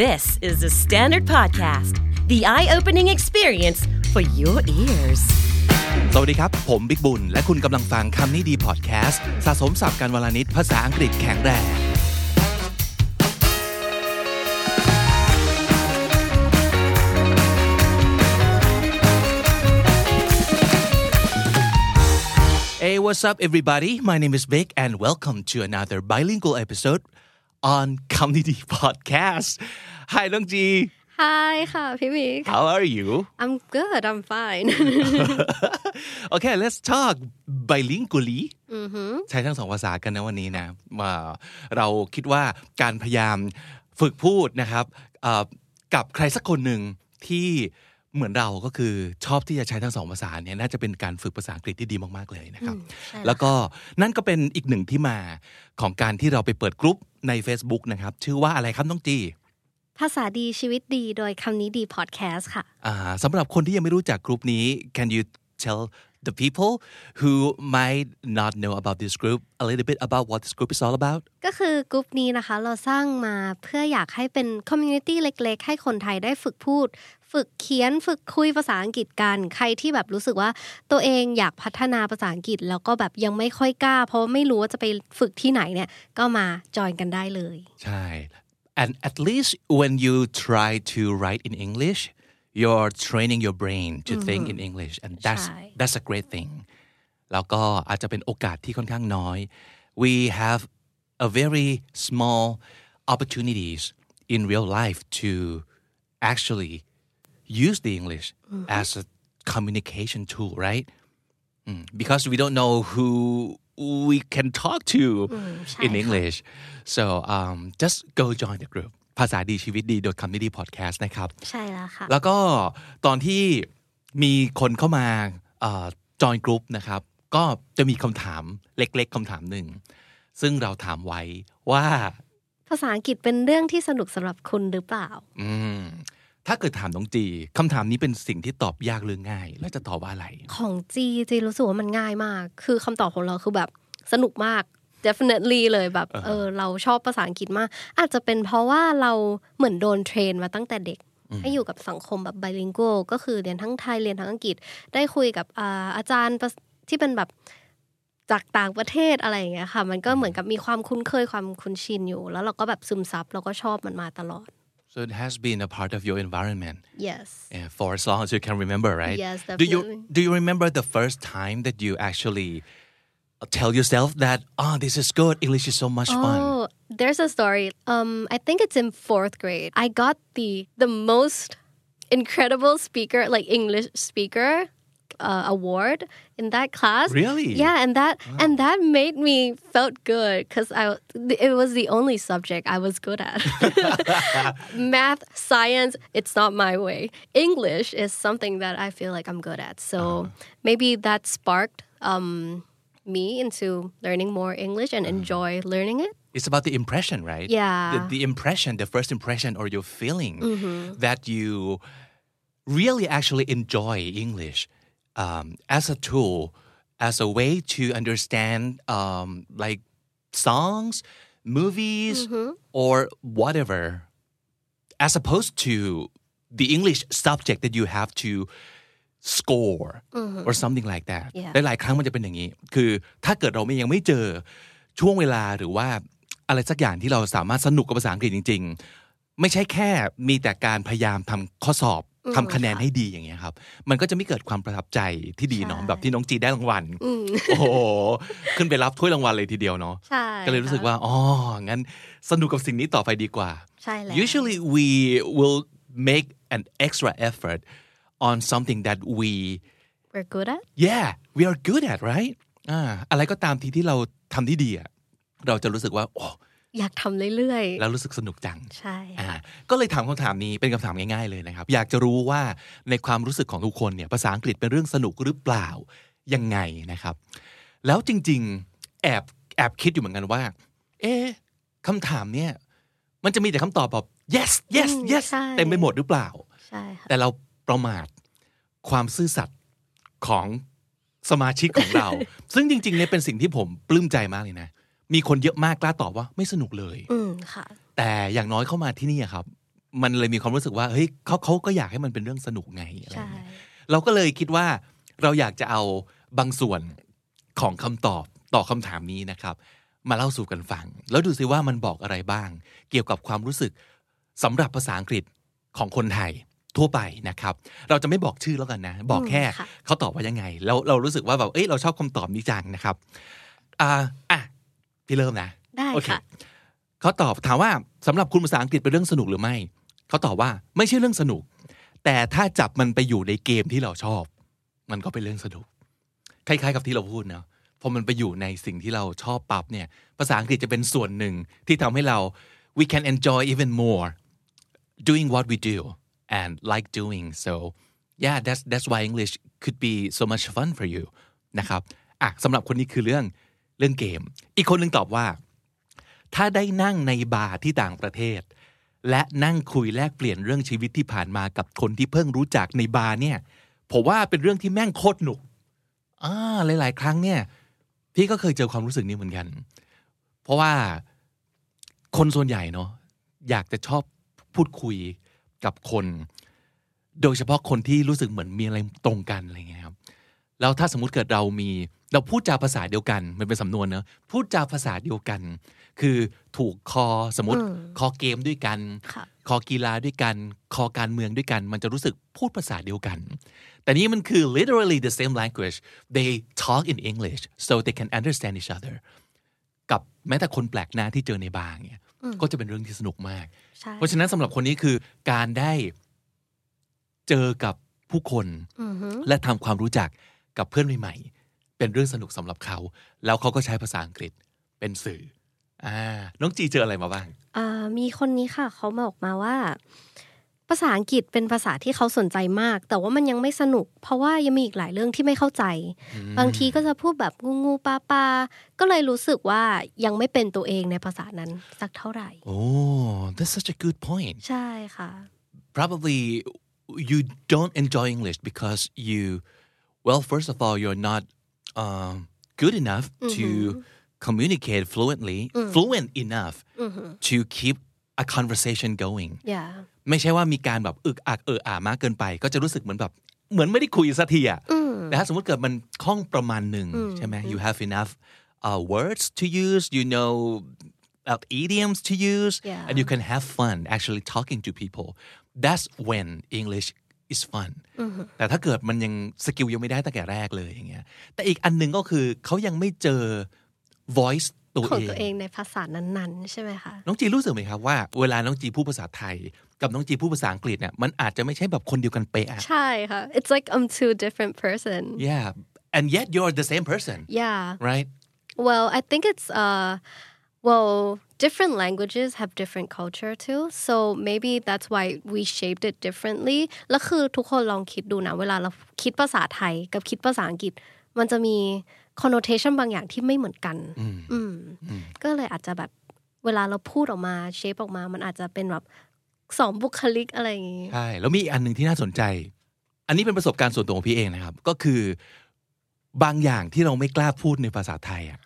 This is the Standard Podcast, the eye opening experience for your ears. สวัสดีครับ ผมบิ๊กบุญ และคุณกำลังฟังคำนี้ดีพอดแคสต์สะสมสับการวลนิดภาษาอังกฤษแข็งแรง Hey what's up everybody my name is Vic and welcome to another bilingual episode on คำนี้ดี podcast Hi น้องจี Hi ค่ะพี่มิก How are you I'm good I'm fine Okay let's talk bilingually ใช้ทั้งสองภาษากันนะวันนี้นะมาเราคิดว่าการพยายามฝึกพูดนะครับเอ่อกับใครสักคนหนึ่งที่เหมือนเราก็คือชอบที่จะใช้ทั้งสองภาษาเนี่ยน่าจะเป็นการฝึกภาษาอังกฤษที่ดีมากๆเลยนะครับ แล้วก็นั่นก็เป็นอีกหนึ่งที่มาของการที่เราไปเปิดกลุ่มใน Facebook นะครับ ชื่อว่าอะไรครับน้องจี ภาษาดีชีวิตดีโดยคำนี้ดีพอดแคสต์ค่ะ อ่าสำหรับคนที่ยังไม่รู้จักกลุ่มนี้ can you tell the people who might not know about this group a little bit about what this group is all about ก็คือกลุ่มนี้นะคะเราสร้างมาเพื่ออยากให้เป็นคอมมูนิตี้เล็ก ๆ ให้คนไทยได้ฝึกพูด ฝึกเขียนฝึกคุยภาษาอังกฤษกัน ใครที่แบบรู้สึกว่าตัวเองอยากพัฒนาภาษาอังกฤษ แล้วก็แบบยังไม่ค่อยกล้า เพราะไม่รู้ว่าจะไปฝึกที่ไหนเนี่ยก็มาจอยกันได้เลย ใช่ and at least when you try to write in English you're training your brain to think in English and that's ใช่ that's a great thing แล้วก็อาจจะเป็นโอกาสที่ค่อนข้างน้อย we have a very small opportunities in real life to actually use the English as a communication tool right Mm, because we don't know who we can talk to in English so um, just go join the group ภาษาดีชีวิตดีโดยคำนิดีพอดแคสต์นะครับ ใช่แล้วค่ะ แล้วก็ตอนที่มีคนเข้ามาจอยกรุ๊ปนะครับ ก็จะมีคำถามเล็กๆคำถามหนึ่ง ซึ่งเราถามไว้ว่า ภาษาอังกฤษเป็นเรื่องที่สนุกสำหรับคุณหรือเปล่า อืมถ้าเกิดถามน้องจีคำถามนี้เป็นสิ่งที่ตอบยากหรือง่าย แล้วจะตอบว่าอะไร ของจีจีรู้สึกว่ามันง่ายมาก คือคำตอบของเราคือแบบสนุกมาก definitely เลยแบบเออเราชอบภาษาอังกฤษมาก อาจจะเป็นเพราะว่าเราเหมือนโดนเทรนมาตั้งแต่เด็ก ให้อยู่กับสังคมแบบ bilingual ก็คือเรียนทั้งไทยเรียนทั้งอังกฤษ ได้คุยกับอ่าอาจารย์ประที่เป็นแบบจากต่างประเทศอะไรอย่างเงี้ยค่ะ มันก็เหมือนกับมีความคุ้นเคยความคุ้นชินอยู่ แล้วเราก็แบบซึมซับเราก็ชอบมันมาตลอด so it has been a part of your environment yes Yeah, for as long as you can remember, right? Yes, Do you definitely. do you remember the first time that you actually tell yourself that oh this is good English is so much fun? Oh, there's a story. Um, I think it's in fourth grade. I got the the most incredible speaker, like English speaker, uh, award in that class. Really? Yeah, and that and that made me felt good because I it was the only subject I was good at. Math, science, it's not my way. English is something that I feel like I'm good at. So maybe that sparked um, me into learning more English and enjoy learning it. It's about the impression, right? Yeah. Mm-hmm. The, the impression, the first impression or your feeling that you really actually enjoy English um, as a tool, as a way to understand um, like songs, movies, Mm-hmm. or whatever. as opposed to the English subject that you have to score or something like that Mm-hmm. Yeah. หลายๆครั้งมันจะเป็นอย่างนี้ คือถ้าเกิดเราไม่ยังไม่เจอช่วงเวลาหรือว่าอะไรสักอย่างที่เราสามารถสนุกกับภาษาอังกฤษจริง ๆ ไม่ใช่แค่มีแต่การพยายามทำข้อสอบทำคะแนนให้ดีอย่างเงี้ยครับ มันก็จะไม่เกิดความประทับใจที่ดีเนาะแบบที่น้องจีได้รางวัลโอ้โหขึ้นไปรับถ้วยรางวัลเลยทีเดียวเนาะ ใช่ ก็เลยรู้สึกว่าอ๋องั้นสนุกกับสิ่งนี้ต่อไปดีกว่า ใช่แล้ว Usually, we will make an extra effort on something that we, we're good at yeah, we are good at, right? อ่าอะไรก็ตามทีที่เราทำที่ดีอะเราจะรู้สึกว่าโอ้ อยากทำเรื่อย เรารู้สึกสนุกจัง ๆ ใช่ค่ะ อ่าก็เลยถามคำถามนี้เป็นคำถามง่ายๆเลยนะครับ อยากจะรู้ว่าในความรู้สึกของทุกคนเนี่ยภาษาอังกฤษเป็นเรื่องสนุกหรือเปล่ายังไงนะครับ แล้วจริงๆแอบแอบคิดอยู่เหมือนกันว่า เอ๊ะคำถามเนี่ยมันจะมีแต่คำตอบแบบ yes yes อืม yes ใช่ เต็มไปหมดหรือเปล่า ใช่ค่ะ แต่เราประมาทความซื่อสัตย์ของสมาชิกของเรา ซึ่งจริงๆเนี่ยเป็นสิ่งที่ผมปลื้มใจมากเลยนะ มีคนเยอะมากกล้าตอบว่าไม่สนุกเลย อืมค่ะ แต่อย่างน้อยเข้ามาที่นี่อะครับ มันเลยมีความรู้สึกว่าเฮ้ยเขาเขาก็อยากให้มันเป็นเรื่องสนุกไงอะไรอ ใช่ ย่างเงี้ย เราก็เลยคิดว่าเราอยากจะเอาบางส่วนของคำตอบต่อคำถามนี้นะครับ มาเล่าสู่กันฟัง แล้วดูซิว่ามันบอกอะไรบ้าง เกี่ยวกับความรู้สึกสำหรับภาษาอังกฤษของคนไทยทั่วไปนะครับ เราจะไม่บอกชื่อแล้วกันนะ บอกแค่ อืมค่ะ เขาตอบว่ายังไง แล้วเรารู้สึกว่าแบบเอ้ยเราชอบคำตอบนี้จังนะครับอ่าอ่ะพี่เริ่มนะ ได้ โอเค ค่ะ เขาตอบถามว่าสำหรับคุณภาษาอังกฤษเป็นเรื่องสนุกหรือไม่ เขาตอบว่าไม่ใช่เรื่องสนุก แต่ถ้าจับมันไปอยู่ในเกมที่เราชอบ มันก็เป็นเรื่องสนุก คล้ายๆ กับที่เราพูดเนาะพอมันไปอยู่ในสิ่งที่เราชอบปั๊บเนี่ย ภาษาอังกฤษจะเป็นส่วนหนึ่งที่ทำให้เรา we can enjoy even more doing what we do and like doing so yeah that's that's why English could be so much fun for you นะครับอ่ะสำหรับคนนี้คือเรื่องเรื่องเกม อีกคนหนึ่งตอบว่า ถ้าได้นั่งในบาร์ที่ต่างประเทศ และนั่งคุยแลกเปลี่ยนเรื่องชีวิตที่ผ่านมากับคนที่เพิ่งรู้จักในบาร์เนี่ยผมว่าเป็นเรื่องที่แม่งโคตรหนุกอ่าหลาย ๆ ครั้งเนี่ย พี่ก็เคยเจอความรู้สึกนี้เหมือนกัน เพราะว่าคนส่วนใหญ่เนาะอยากจะชอบพูดคุยกับคน โดยเฉพาะคนที่รู้สึกเหมือนมีอะไรตรงกันอะไรเงี้ยครับ แล้วถ้าสมมติเกิดเรามีเราพูดจาภาษาเดียวกัน มันเป็นสำนวนเนอะพูดจาภาษาเดียวกัน คือถูกคอสมมติ อืม คอเกมด้วยกัน ค่ะ คอกีฬาด้วยกัน คอการเมืองด้วยกัน มันจะรู้สึกพูดภาษาเดียวกัน แต่นี่มันคือ literally the same language they talk in English so they can understand each other กับแม้แต่คนแปลกหน้าที่เจอในบาร์เนี่ย ก็จะเป็นเรื่องที่สนุกมาก ใช่ เพราะฉะนั้นสำหรับคนนี้คือการได้เจอกับผู้คน อือฮึ และทำความรู้จักกับเพื่อนใหม่ๆ เป็นเรื่องสนุกสำหรับเขา แล้วเขาก็ใช้ภาษาอังกฤษเป็นสื่ออ่าน้องจีเจออะไรมาบ้าง อ่ามีคนนี้ค่ะ เขาบอกมาว่า ภาษาอังกฤษเป็นภาษาที่เขาสนใจมาก แต่ว่ามันยังไม่สนุก เพราะว่ายังมีอีกหลายเรื่องที่ไม่เข้าใจ บางทีก็จะพูดแบบงูงูปลาปลาก็เลยรู้สึกว่ายังไม่เป็นตัวเองในภาษานั้นสักเท่าไหร่ Oh, that's such a good point. ใช่ค่ะ Probably you don't enjoy English because you, well, first of all, you're not um, good enough to communicate fluently, fluent enough to keep a conversation going. อย่า ไม่ใช่ว่ามีการแบบอึกอักเอออามากเกินไป ก็จะรู้สึกเหมือนแบบเหมือนไม่ได้คุยสักทีอะแต่ถ้าสมมติเกิดมันคล่องประมาณหนึ่งใช่ไหม you have enough uh, words to use you know uh, idioms to use Yeah. and you can have fun actually talking to people that's when English is fun แต่ถ้าเกิดมันยังสกิลยังไม่ได้ตั้งแต่แรกเลยอย่างเงี้ยแต่อีกอันหนึ่งก็คือเขายังไม่เจอ voice ตัว ของ เอง ตัวเองในภาษานั้นๆ ใช่ไหมคะ น้องจีรู้สึกไหมครับว่าเวลาน้องจีพูดภาษาไทย กับน้องจีพูดภาษาอังกฤษเนี่ยมันอาจจะไม่ใช่แบบคนเดียวกันเป๊ะอะ ใช่ค่ะ it's like I'm two different person yeah and yet you're the same person yeah right Well, I think it's uh well, different languages have different culture too. So maybe that's why we shaped it differently. แล้วคือทุกคนลองคิดดูนะ เวลาเราคิดภาษาไทยกับคิดภาษาอังกฤษ มันจะมี connotation บางอย่างที่ไม่เหมือนกันอืมก็เลยอาจจะแบบเวลาเราพูดออกมาเชฟออกมา มันอาจจะเป็นแบบสองบุคลิกอะไรอย่างงี้ ใช่ แล้วมีอีกอันหนึ่งที่น่าสนใจ อันนี้เป็นประสบการณ์ส่วนตัวของพี่เองนะครับ ก็คือบางอย่างที่เราไม่กล้าพูดในภาษาไทยอะ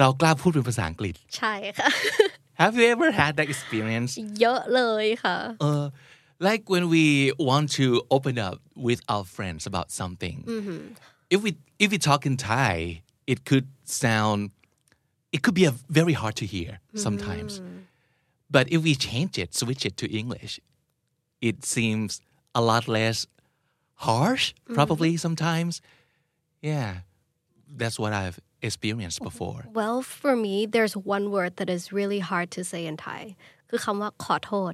เรากล้าพูดเป็นภาษาอังกฤษ ใช่ค่ะ Have you ever had that experience เยอะเลยค่ะ uh, like when we want to open up with our friends about something if we if we talk in thai it could sound it could be a very hard to hear sometimes but if we change it switch it to english it seems a lot less harsh probably sometimes yeah that's what i've experienced before Well, for me, there's one word that is really hard to say in Thai คือคำว่าขอโทษ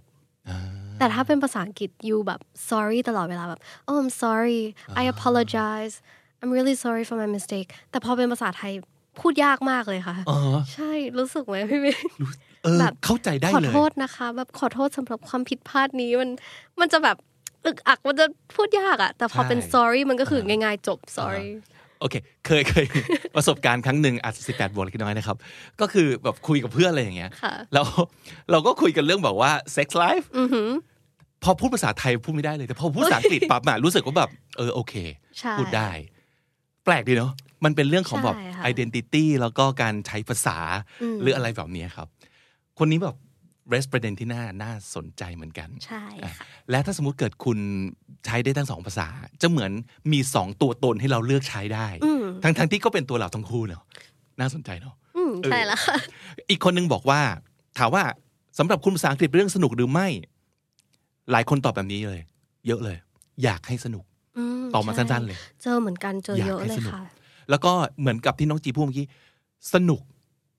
แต่ถ้าเป็นภาษาอังกฤษ you แบบ sorry ตลอดเวลาแบบ oh I'm sorry I apologize I'm really sorry for my mistake แต่พอเป็นภาษาไทยพูดยากมากเลยค่ะ ใช่ รู้สึกไหมพี่เม ย์ เออ Uh, เข้าใจได้ ขอ เลย โทษนะคะ แบบขอโทษสำหรับความผิดพลาดนี้มัน มันจะแบบอึกอัก มันจะพูดยากอะแต่พอเป็น ใช่ sorry มันก็คือง่ายๆจบ sorry โอเค เคยเคย ประสบการณ์ครั้งหนึ่งอาจจะสิบแปดบวกเล็กน้อยนะครับ ก็คือแบบคุยกับเพื่อนอะไรอย่างเงี้ย ค่ะ แล้วเราก็คุยกันเรื่องแบบว่า sex life พอพูดภาษาไทยพูดไม่ได้เลย แต่พอพูดภาษาอังกฤษปั๊บอะรู้สึกว่าแบบ เออ โอเค ใช่ พูดได้ แปลกดีเนาะ มันเป็นเรื่องของแบบ ใช่ค่ะ identity แล้วก็การใช้ภาษาหรืออะไรแบบเนี้ยครับ คนนี้แบบ เรสประเด็นที่น่าน่าสนใจเหมือนกัน ใช่ อ่ะ ค่ะ และถ้าสมมติเกิดคุณใช้ได้ทั้งสองภาษา จะเหมือนมีสองตัวตนให้เราเลือกใช้ได้ อืม ทั้งทั้งที่ก็เป็นตัวเราทั้งคู่เนาะน่าสนใจเนาะ อืมใช่ละค่ะ อีกคนนึงบอกว่า ถามว่าสำหรับคุณภาษาอังกฤษเป็นเรื่องสนุกหรือไม่ หลายคนตอบแบบนี้เลย เยอะเลย อยากให้สนุกตอบมาสั้น ๆ เลย เจอเหมือนกันเจอเยอะเลยค่ะ แล้วก็เหมือนกับที่น้องจีพูดเมื่อกี้สนุก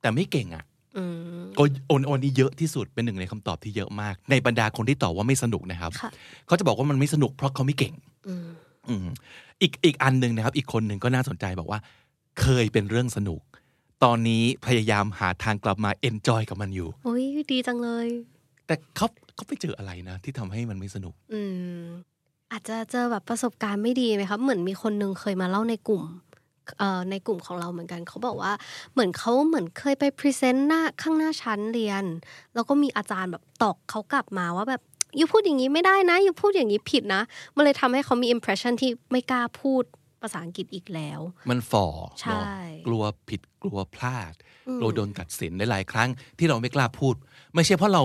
แต่ไม่เก่งอ่ะ อืม ก็โอนโอนนี่เยอะที่สุดเป็นหนึ่งในคำตอบที่เยอะมาก ในบรรดาคนที่ตอบว่าไม่สนุกนะครับ ค่ะ เขาจะบอกว่ามันไม่สนุกเพราะเขาไม่เก่ง อืม อืมอีกอีกอันหนึ่งนะครับ อีกคนหนึ่งก็น่าสนใจบอกว่า เคยเป็นเรื่องสนุก ตอนนี้พยายามหาทางกลับมาเอนจอยกับมันอยู่ โอ้ยดีจังเลย แต่เขาเขาไปเจออะไรนะ ที่ทำให้มันไม่สนุก อืม อาจจะเจอแบบประสบการณ์ไม่ดีไหมครับ เหมือนมีคนหนึงเคยมาเล่าในกลุ่มเอ่อในกลุ่มของเราเหมือนกัน เขาบอกว่าเหมือนเขาเหมือนเคยไปพรีเซนต์หน้าข้างหน้าชั้นเรียน แล้วก็มีอาจารย์แบบตอกเขากลับมาว่าแบบอยู่พูดอย่างนี้ไม่ได้นะอยู่พูดอย่างนี้ผิดนะ มันเลยทำให้เขามี impression ที่ไม่กล้าพูดภาษาอังกฤษอีกแล้ว มันฝ่อ ใช่ เนอะกลัวผิดกลัวพลาด อืม กลัวโดนตัดสินหลายๆครั้งที่เราไม่กล้าพูด ไม่ใช่เพราะเรา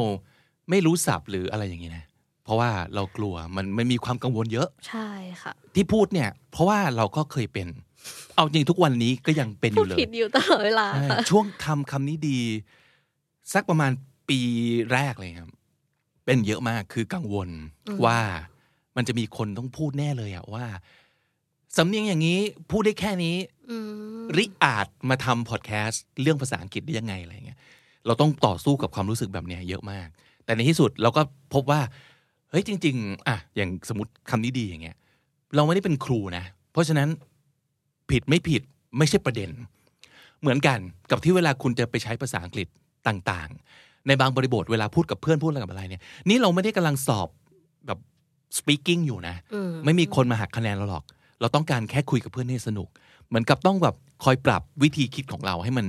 ไม่รู้ศัพท์หรืออะไรอย่างนี้นะ เพราะว่าเรากลัวมันมันมีความกังวลเยอะ ใช่ค่ะ ที่พูดเนี่ย เพราะว่าเราก็เคยเป็น เอาจริงทุกวันนี้ก็ยังเป็นอ พูด ยู่เลย ผิดอยู่ตลอดเวลา ใช่ ค่ะ ช่วงทำคำนี้ดี สักประมาณปีแรกเลยครับ เป็นเยอะมากคือกังวล อืม ว่ามันจะมีคนต้องพูดแน่เลยอะว่าสำเนียงอย่างนี้พูดได้แค่นี้ อืม ริอาจมาทำพอดแคสต์เรื่องภาษาอังกฤษได้ยังไงอะไรเงี้ยเราต้องต่อสู้กับความรู้สึกแบบเนี้ยเยอะมาก แต่ในที่สุดเราก็พบว่า เฮ้ยจริง ๆอ่ะอย่างสมมติคำนี้ดีอย่างเงี้ย เราไม่ได้เป็นครูนะ เพราะฉะนั้นผิดไม่ผิดไม่ใช่ประเด็น เหมือนกันกับที่เวลาคุณจะไปใช้ภาษาอังกฤษต่างๆ ในบางบริบทเวลาพูดกับเพื่อนพูดอะไรกับอะไรเนี่ย นี่เราไม่ได้กำลังสอบแบบ speaking อยู่นะ อื ไม่มีคนมาหักคะแนนเราหรอก เราต้องการแค่คุยกับเพื่อนให้สนุก เหมือนกับต้องแบบคอยปรับวิธีคิดของเราให้มัน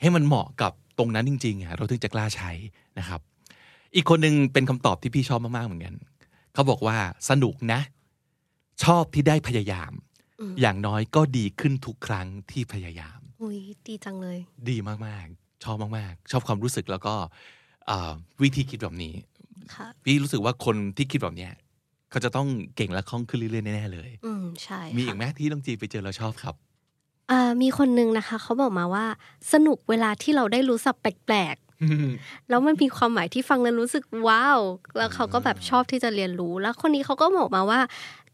ให้มันเหมาะกับตรงนั้นจริงๆอะเราถึงจะกล้าใช้นะครับ อีกคนหนึ่งเป็นคำตอบที่พี่ชอบมากๆเหมือนกัน เขาบอกว่าสนุกนะ ชอบที่ได้พยายาม อย่างน้อยก็ดีขึ้นทุกครั้งที่พยายาม อุ้ยดีจังเลย ดีมากๆ ชอบมากๆ ชอบความรู้สึกแล้วก็เอ่อวิธีคิดแบบนี้ ค่ะ พี่รู้สึกว่าคนที่คิดแบบเนี้ยเขาจะต้องเก่งและคล่องขึ้นเรื่อยๆแน่ๆเลย อืมใช่ค่ะ มีอีกไหมที่น้องจีไปเจอแล้วชอบ ครับ อ่ามีคนนึงนะคะ เขาบอกมาว่าสนุกเวลาที่เราได้รู้สับแปลกๆ แล้วมันมีความหมายที่ฟังแล้วรู้สึกว้าว แล้วเขาก็แบบชอบที่จะเรียนรู้ แล้วคนนี้เขาก็บอกมาว่า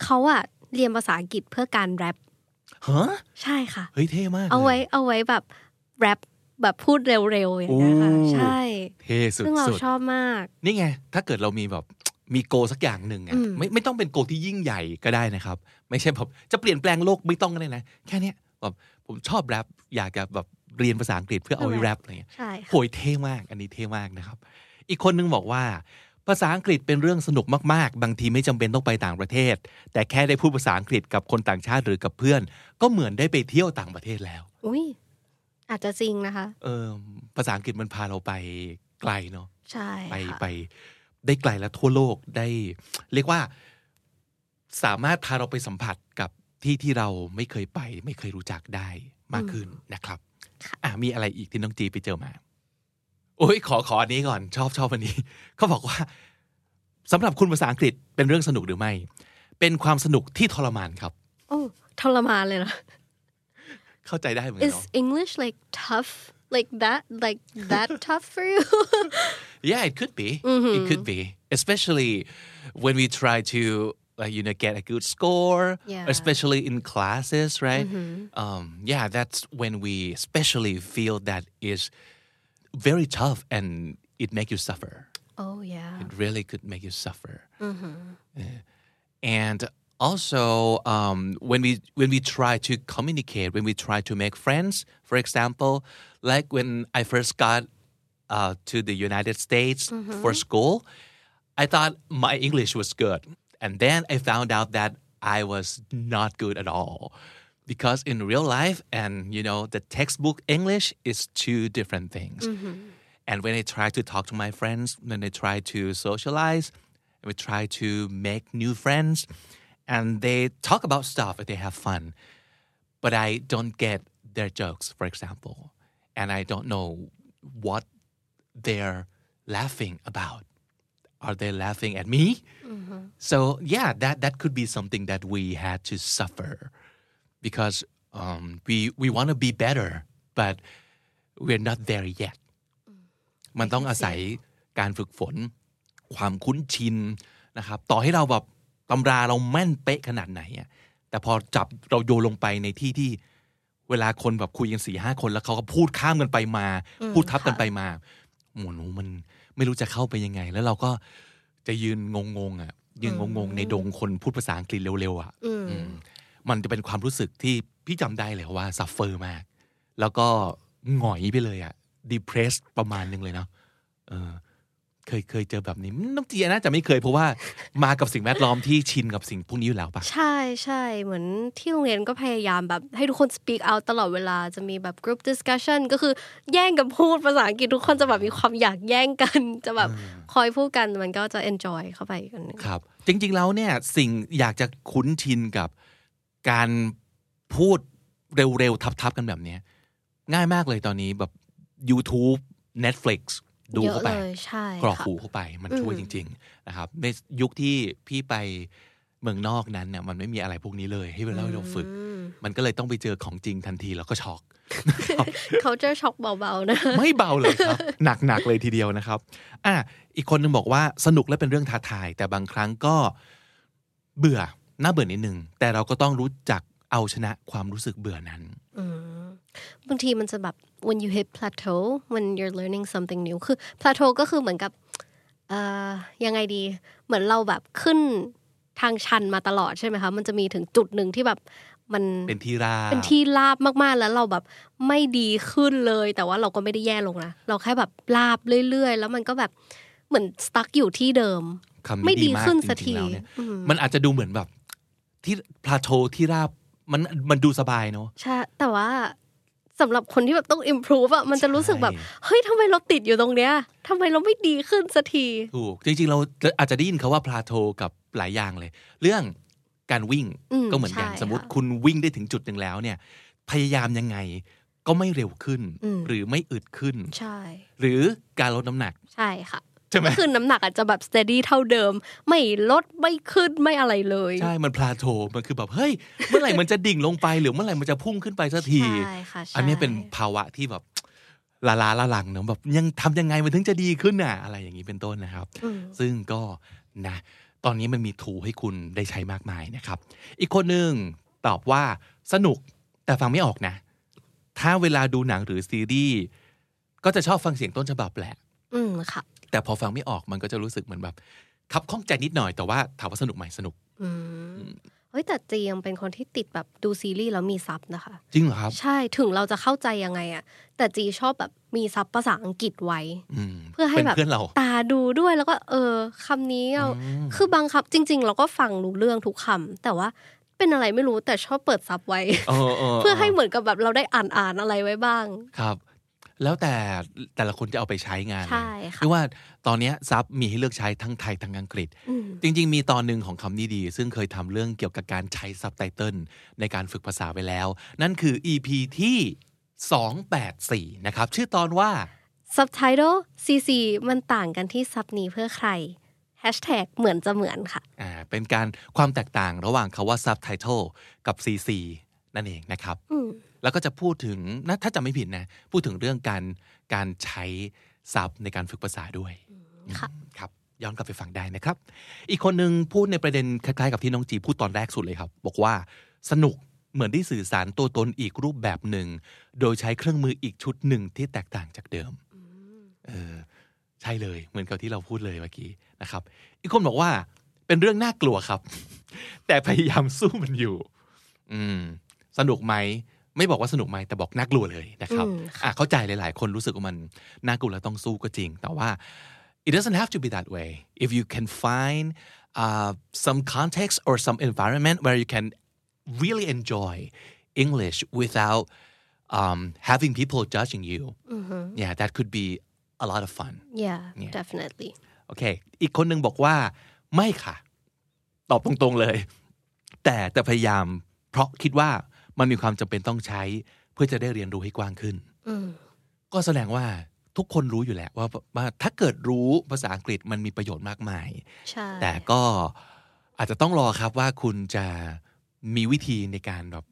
เขาอะเรียนภาษาอังกฤษเพื่อการแรป ฮะ ใช่ค่ะ เฮ้ยเท่มากลย เอาไว้เอาไว้แบบแรปแบบพูดเร็วๆอย่างเงี้ยค่ะ โอ้ ใช่ เท่สุด ซึ่งเรา สุด ชอบมาก นี่ไง ถ้าเกิดเรามีแบบ มีโกสักอย่างหนึ่งอะ อืม ไม่ไม่ต้องเป็นโกที่ยิ่งใหญ่ก็ได้นะครับ ไม่ใช่แบบจะเปลี่ยนแปลงโลกไม่ต้องก็ได้นะ แค่เนี้ยแบบผมชอบแรปอยากจะแบบเรียนภาษาอังกฤษเพื่อเอาไว้แรปอะไรเงี้ย ใช่ค่ะ โหยเท่มาก อันนี้เท่มากนะครับ อีกคนนึงบอกว่า ภาษาอังกฤษเป็นเรื่องสนุกมาก ๆ บางทีไม่จำเป็นต้องไปต่างประเทศ แต่แค่ได้พูดภาษาอังกฤษกับคนต่างชาติหรือกับเพื่อน ก็เหมือนได้ไปเที่ยวต่างประเทศแล้ว อุ้ยอาจจะจริงนะคะ เออภาษาอังกฤษมันพาเราไปไกลเนาะ ใช่ ไป ค่ะ ไปได้ไกลและทั่วโลกได้ เรียกว่าสามารถพาเราไปสัมผัสกับที่ที่เราไม่เคยไป ไม่เคยรู้จักได้มากขึ้นนะครับอ่ะมีอะไรอีกที่น้องจีไปเจอมา โอ้ยขอขออันนี้ก่อน ชอบชอบอันนี้ เขาบอกว่าสำหรับคุณภาษาอังกฤษเป็นเรื่องสนุกหรือไม่ เป็นความสนุกที่ทรมานครับ โอ้ทรมานเลยนะ เข้าใจได้เหมือนกัน Is เนาะ English like tough? Like that? Like that tough for you? Yeah, it could be. It could be, especially when we try to like you know get a good score, Yeah. especially in classes, right? Um, yeah, that's when we especially feel that is very tough and it make you suffer. oh yeah. It really could make you suffer. Yeah. And also, um, when we when we try to communicate, when we try to make friends, for example, like when I first got uh, to the United States for school, I thought my English was good, and then I found out that I was not good at all. Because in real life, and you know, the textbook English is two different things. And when I try to talk to my friends, when I try to socialize, we try to make new friends, and they talk about stuff and they have fun. But I don't get their jokes, for example, and I don't know what their laughing about? Are they laughing at me? So yeah, that that could be something that we had to suffer because um, we we want to be better, but we're not there yet. มันต้องอาศัยการฝึกฝน ความคุ้นชินนะครับ ต่อให้เราแบบตำราเราแม่นเป๊ะขนาดไหนอะแต่พอจับเราโยนลงไปในที่ที่ เวลาคนแบบคุยกันสี่ห้าคนแล้วเขาก็พูดข้ามกันไปมา พูดทับกันไปมาหมูหนูมันไม่รู้จะเข้าไปยังไง แล้วเราก็จะยืนงงๆอ่ะยืนงงๆในดงคนพูดภาษาอังกฤษเร็วๆอ่ะอืมมันจะเป็นความรู้สึกที่พี่จำได้เลยว่าซัฟเฟอร์มาก แล้วก็หงอยไปเลยอ่ะ depressed ประมาณหนึงเลยเนาะเออ เคยเคยเจอแบบนี้น้ำเจียน่าจะไม่เคยเพราะว่า มากับสิ่งแวดล้อมที่ชินกับสิ่งพวกนี้อยู่แล้วปะ ใช่ใช่เหมือนที่โรงเรียนก็พยายามแบบให้ทุกคน speak out ตลอดเวลาจะมีแบบ group discussion ก็คือแย่งกันพูดภาษาอังกฤษทุกคนจะแบบมีความอยากแย่งกัน จะแบบคอยพูดกันมันก็จะ enjoy เข้าไปอีกอันหนึง ครับจริงๆแล้วเนี่ยสิ่งอยากจะคุ้นชินกับการพูดเร็ว ๆ ทับ ๆ กันแบบเนี้ยง่ายมากเลยตอนนี้แบบ YouTube Netflix ดูเข้าไป เยอะเลยใช่ กรอก ค่ะ หูเข้าไปมันช่วยจริง ๆ นะครับ ในยุคที่พี่ไปเมืองนอกนั้นเนี่ยมันไม่มีอะไรพวกนี้เลย ให้เราให้เราฝึก มันก็เลยต้องไปเจอของจริงทันทีแล้วก็ช็อก culture shock เบาๆนะ ไม่เบาเลยครับ หนักหนักเลยทีเดียวนะครับอ่ะอีกคนนึงบอกว่าสนุกและเป็นเรื่องท้าทาย แต่บางครั้งก็เบื่อน่าเบื่อนิดนึง แต่เราก็ต้องรู้จักเอาชนะความรู้สึกเบื่อนั้น บางทีมันจะแบบ when you hit plateau when you're learning something new คือ plateau ก็คือเหมือนกับเอ่อยังไงดี เหมือนเราแบบขึ้นทางชันมาตลอดใช่ไหมคะ มันจะมีถึงจุดหนึ่งที่แบบมัน เป็นที่ราบ เป็นที่ราบมากๆ แล้วเราแบบไม่ดีขึ้นเลย แต่ว่าเราก็ไม่ได้แย่ลงนะ เราแค่แบบราบเรื่อยๆ แล้วมันก็แบบเหมือนสตั๊กอยู่ที่เดิม คำ ไม่ นี้ ดี ดีมาก ขึ้ จ นสัก ริงๆแล้วเนี่ย ทีอืม มันอาจจะดูเหมือนแบบ ที่พลาโทที่ราบมันมันดูสบายเนาะ ใช่แต่ว่าสำหรับคนที่แบบต้อง improve อะมันจะรู้สึกแบบ เฮ้ยทำไมเราติดอยู่ตรงเนี้ยทำไมเราไม่ดีขึ้นสักที ถูก จริงๆ เราอาจจะได้ยินคาว่าพลาโทกับหลายอย่างเลย เรื่องการวิ่ง อืม ก็เหมือนกัน ใช่ สมมติ ค่ะ คุณวิ่งได้ถึงจุดหนึ่งแล้วเนี่ย พยายามยังไงก็ไม่เร็วขึ้น อืม หรือไม่อึดขึ้น ใช่ หรือการลดน้ำหนัก ใช่ ค่ะ ใช่ไหม คือน้ำหนักอาจจะแบบ steady เท่าเดิม ไม่ลดไม่ขึ้นไม่อะไรเลย ใช่มันพลาโทมันคือแบบเฮ้ย เมื่อไหร่มันจะดิ่งลงไป หรือเมื่อไหร่มันจะพุ่งขึ้นไปสักที ใช่ค่ะใช่ อันนี้เป็นภาวะที่แบบลาลาละหลังเนาะแบบยังทำยังไงมันถึงจะดีขึ้นน่ะ อะไรอย่างนี้เป็นต้นนะครับ ซึ่งก็นะ ตอนนี้มันมีทูให้คุณได้ใช้มากมายนะครับ อีกคนหนึ่งตอบว่าสนุกแต่ฟังไม่ออกนะ ถ้าเวลาดูหนังหรือซีรีส์ก็จะชอบฟังเสียงต้นฉบับแหละ อืมค่ะ แต่พอฟังไม่ออกมันก็จะรู้สึกเหมือนแบบขับข้องใจนิดหน่อยแต่ว่าถามว่าสนุกไหมสนุก อืมเฮ้ยแต่เจียงเป็นคนที่ติดแบบดูซีรีส์แล้วมีซับนะคะ จริงเหรอครับ ใช่ถึงเราจะเข้าใจยังไงอะแต่จีชอบแบบมีซับภาษาอังกฤษไว้ อืม เพื่อให้ เป็น แบบ เพื่อนเรา ตาดูด้วยแล้วก็เออคำนี้เอา อืม คือบางคำจริง ๆ เราก็ฟังรู้เรื่องทุกคำแต่ว่าเป็นอะไรไม่รู้แต่ชอบเปิดซับไว้ เออเออ เพื่อให้เหมือนกับแบบเราได้อ่านอ่านๆอะไรไว้บ้าง ครับ แล้วแต่แต่ละคนจะเอาไปใช้งานเลย ใช่ค่ะ ไม่ว่าตอนเนี้ยซับมีให้เลือกใช้ทั้งไทยทั้งอังกฤษ อืม จริง ๆ มีตอนหนึ่งของคำนี้ดี ซึ่งเคยทำเรื่องเกี่ยวกับการใช้ซับไตเติลในการฝึกภาษาไปแล้ว นั่นคือ EP ที่ 284 นะครับ ชื่อตอนว่า subtitle cc มันต่างกันที่ซับนี้เพื่อใคร hashtag เหมือนจะเหมือนค่ะ อ่าเป็นการความแตกต่างระหว่างคาว่า subtitle กับ CC นั่นเองนะครับ อืม แล้วก็จะพูดถึงนะถ้าจำไม่ผิดนะ พูดถึงเรื่องการการใช้ศัพท์ในการฝึกภาษาด้วย ค่ะ อืมครับย้อนกลับไปฟังได้นะครับ อีกคนหนึ่งพูดในประเด็นคล้ายๆกับที่น้องจีพูดตอนแรกสุดเลยครับ บอกว่าสนุกเหมือนได้สื่อสารตัวตนอีกรูปแบบหนึ่ง โดยใช้เครื่องมืออีกชุดหนึ่งที่แตกต่างจากเดิม เออใช่เลยเหมือนกับที่เราพูดเลยเมื่อกี้นะครับ อีกคนบอกว่าเป็นเรื่องน่ากลัวครับ แต่พยายามสู้มันอยู่ อืม สนุกไหม ไม่บอกว่าสนุกไหมแต่บอกน่ากลัวเลยนะครับ อืมค่ะ อ่ะเข้าใจหลาย ๆ คนรู้สึกว่ามันน่ากลัวและต้องสู้ก็จริง แต่ว่า it doesn't have to be that way if you can find uh, some context or some environment where you can really enjoy English without um, having people judging you yeah that could be a lot of fun yeah Yeah. definitely โอเค อีกคนหนึ่งบอกว่าไม่ค่ะ ตอบตรงๆเลย แต่แต่พยายาม เพราะคิดว่ามันมีความจำเป็นต้องใช้ เพื่อจะได้เรียนรู้ให้กว้างขึ้น ก็แสดงว่า ทุกคนรู้อยู่แหละว่าว่าถ้าเกิดรู้ภาษาอังกฤษมันมีประโยชน์มากมาย ใช่ แต่ก็อาจจะต้องรอครับว่าคุณจะมีวิธีในการแบบ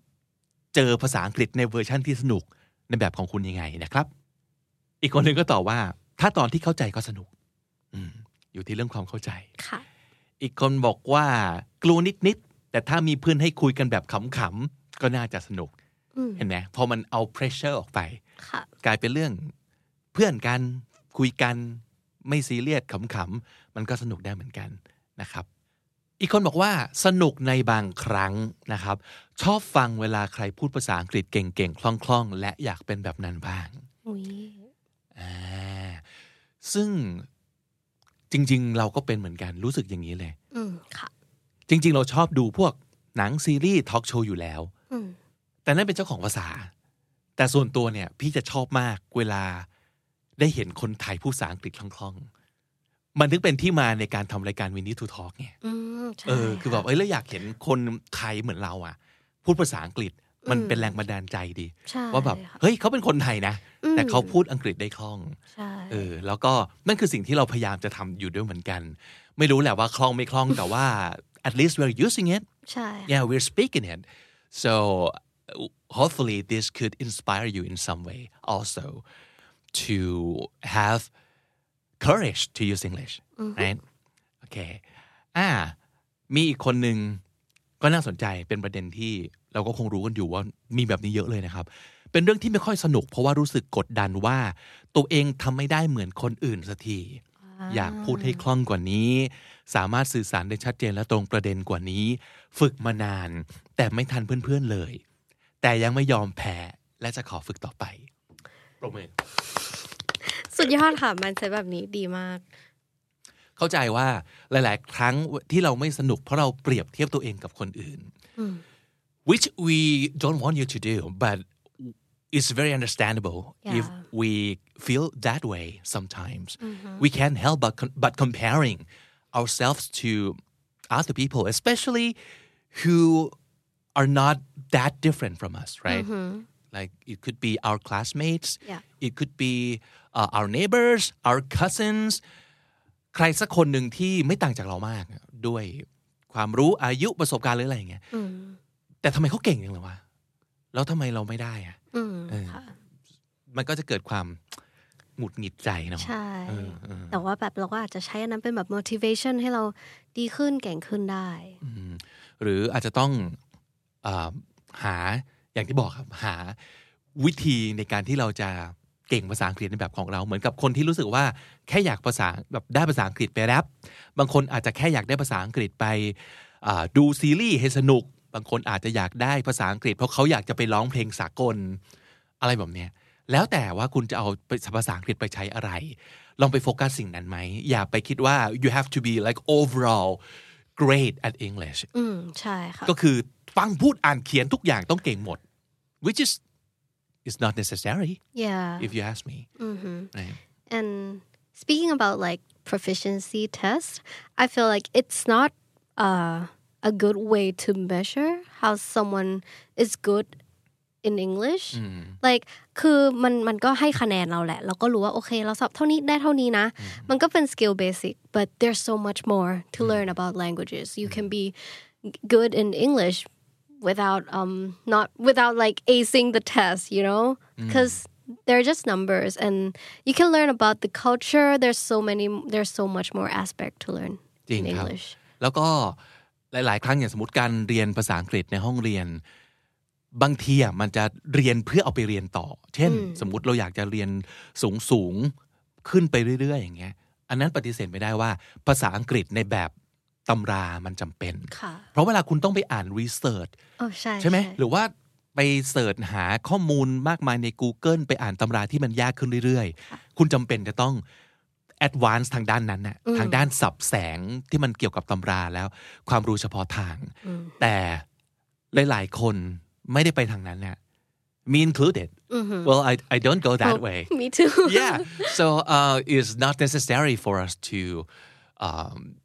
เจอภาษาอังกฤษในเวอร์ชั่นที่สนุกในแบบของคุณยังไงนะครับ อีกคนหนึ่งก็ตอบว่า ถ้าตอนที่เข้าใจก็สนุก อืมอยู่ที่เรื่องความเข้าใจ ค่ะ อีกคนบอกว่ากลัวนิดๆแต่ถ้ามีเพื่อนให้คุยกันแบบขำๆก็น่าจะสนุก อืม เห็นไหมพอมันเอา pressure ออกไป ค่ะ กลายเป็นเรื่องเพื่อนกันคุยกันไม่ซีเรียสขำๆมันก็สนุกได้เหมือนกันนะครับ อีกคนบอกว่าสนุกในบางครั้งนะครับ ชอบฟังเวลาใครพูดภาษาอังกฤษเก่งๆ คล่องๆ และอยากเป็นแบบนั้นบ้าง อุ้ย อ่าซึ่งจริงๆ เราก็เป็นเหมือนกันรู้สึกอย่างนี้เลย อืมค่ะ จริง ๆ เราชอบดูพวกหนังซีรีส์ทอล์กโชว์อยู่แล้ว อืม แต่นั่นเป็นเจ้าของภาษา แต่ส่วนตัวเนี่ยพี่จะชอบมากเวลาได้เห็นคนไทยพูดภาษาอังกฤษคล่องๆ มันถึงเป็นที่มาในการทำรายการวินนี่ทูทอล์กเนี่ย อืมใช่ เออคือแบบ ะ เอ้ยแล้วอยากเห็นคนไทยเหมือนเราอ่ะ พูดภาษาอังกฤษมัน อืม เป็นแรงบันดาลใจดี ใช่ ว่าแบบ ค่ะ เฮ้ยเขาเป็นคนไทยนะ อืม แต่เขาพูดอังกฤษได้คล่อง ใช่ เออแล้วก็นั่นคือสิ่งที่เราพยายามจะทำอยู่ด้วยเหมือนกัน ไม่รู้แหละว่าคล่องไม่คล่องแต่ว่า at least we're using it ใช่ค่ะ yeah we're speaking it so uh, hopefully this could inspire you in some way also to have courage to use English right okay อ่ามีอีกคนหนึ่งก็น่าสนใจเป็นประเด็นที่เราก็คงรู้กันอยู่ว่ามีแบบนี้เยอะเลยนะครับ เป็นเรื่องที่ไม่ค่อยสนุก เพราะว่ารู้สึกกดดันว่า ตัวเองทำไม่ได้เหมือนคนอื่นสักที อยากพูดให้คล่องกว่านี้ สามารถสื่อสารได้ชัดเจนและตรงประเด็นกว่านี้ ฝึกมานาน แต่ไม่ทันเพื่อนๆเลย แต่ยังไม่ยอมแพ้และจะขอฝึกต่อไปปรบมือ สุดยอดค่ะ มันใช้แบบนี้ดีมาก เข้าใจว่าหลายๆ ครั้งที่เราไม่สนุกเพราะเราเปรียบเทียบตัวเองกับคนอื่น อืม which we don't want you to do but it's very understandable if Yeah. we feel that way sometimes we can't help but but comparing ourselves to other people especially who are not that different from us right like it could be our classmates Yeah. it could be uh, our neighbors our cousins ใครสักคนหนึ่งที่ไม่ต่างจากเรามากอะด้วยความรู้อายุประสบการณ์หรืออะไรอย่างเงี้ย อืม แต่ทำไมเขาเก่งจังเลยวะ แล้วทำไมเราไม่ได้อะ อืม เออ ค่ะ มันก็จะเกิดความ หงุดหงิดใจเนาะ ใช่ เออเออ แต่ว่าแบบเราก็อาจจะใช้อันนั้นเป็นแบบ motivation ให้เราดีขึ้นเก่งขึ้นได้ อืมหรืออาจจะต้องเออหาอย่างที่บอกครับหาวิธีในการที่เราจะเก่งภาษาอังกฤษในแบบของเรา เหมือนกับคนที่รู้สึกว่าแค่อยากภาษาแบบได้ภาษาอังกฤษไปแรปบางคนอาจจะแค่อยากได้ภาษาอังกฤษไปอ่าดูซีรีส์ให้สนุก บางคนอาจจะอยากได้ภาษาอังกฤษ เพราะเขาอยากจะไปร้องเพลงสากล อะไรแบบเนี้ย แล้วแต่ว่าคุณจะเอาภาษาอังกฤษไปใช้อะไร ลองไปโฟกัสสิ่งนั้นไหม อย่าไปคิดว่า you have to be like overall great at English อืมใช่ค่ะ ก็คือฟังพูดอ่านเขียนทุกอย่างต้องเก่งหมด which is is not necessary yeah if you ask me อืม right? And speaking about like proficiency test, I feel like it's not uh, a good way to measure how someone is good in English. Like คือมันมันก็ให้คะแนนเราแหละ เราก็รู้ว่า โอเค เราสอบเท่านี้ได้เท่านี้นะ มันก็เป็น skill basic but there's so much more to learn about languages you can be good in English without um not without like acing the test you know Mm. because they're just numbers and you can learn about the culture there's so many there's so much more aspect to learn จริง in ครับ English แล้วก็หลาย ๆ ครั้งอย่างสมมติการเรียนภาษาอังกฤษในห้องเรียน บางทีอ่ะมันจะเรียนเพื่อเอาไปเรียนต่อ เช่น สมมติเราอยากจะเรียนสูงสูงๆขึ้นไปเรื่อย ๆ อย่างเงี้ย อันนั้นปฏิเสธไม่ได้ว่า ภาษาอังกฤษในแบบตำรามันจำเป็น ค่ะ เพราะเวลาคุณต้องไปอ่านรีเสิร์ช โอ้ใช่ ใช่ไหมหรือว่าไปเสิร์ชหาข้อมูลมากมายใน Google ไปอ่านตำราที่มันยากขึ้นเรื่อยๆ คุณจำเป็นจะต้องแอดวานซ์ทางด้านนั้นนะทางด้านสับแสงที่มันเกี่ยวกับตำราแล้ว ความรู้เฉพาะทาง แต่หลายๆ คนไม่ได้ไปทางนั้นน่ะ me included well I I don't go that way Oh, me too yeah so uh, it's not necessary for us to um,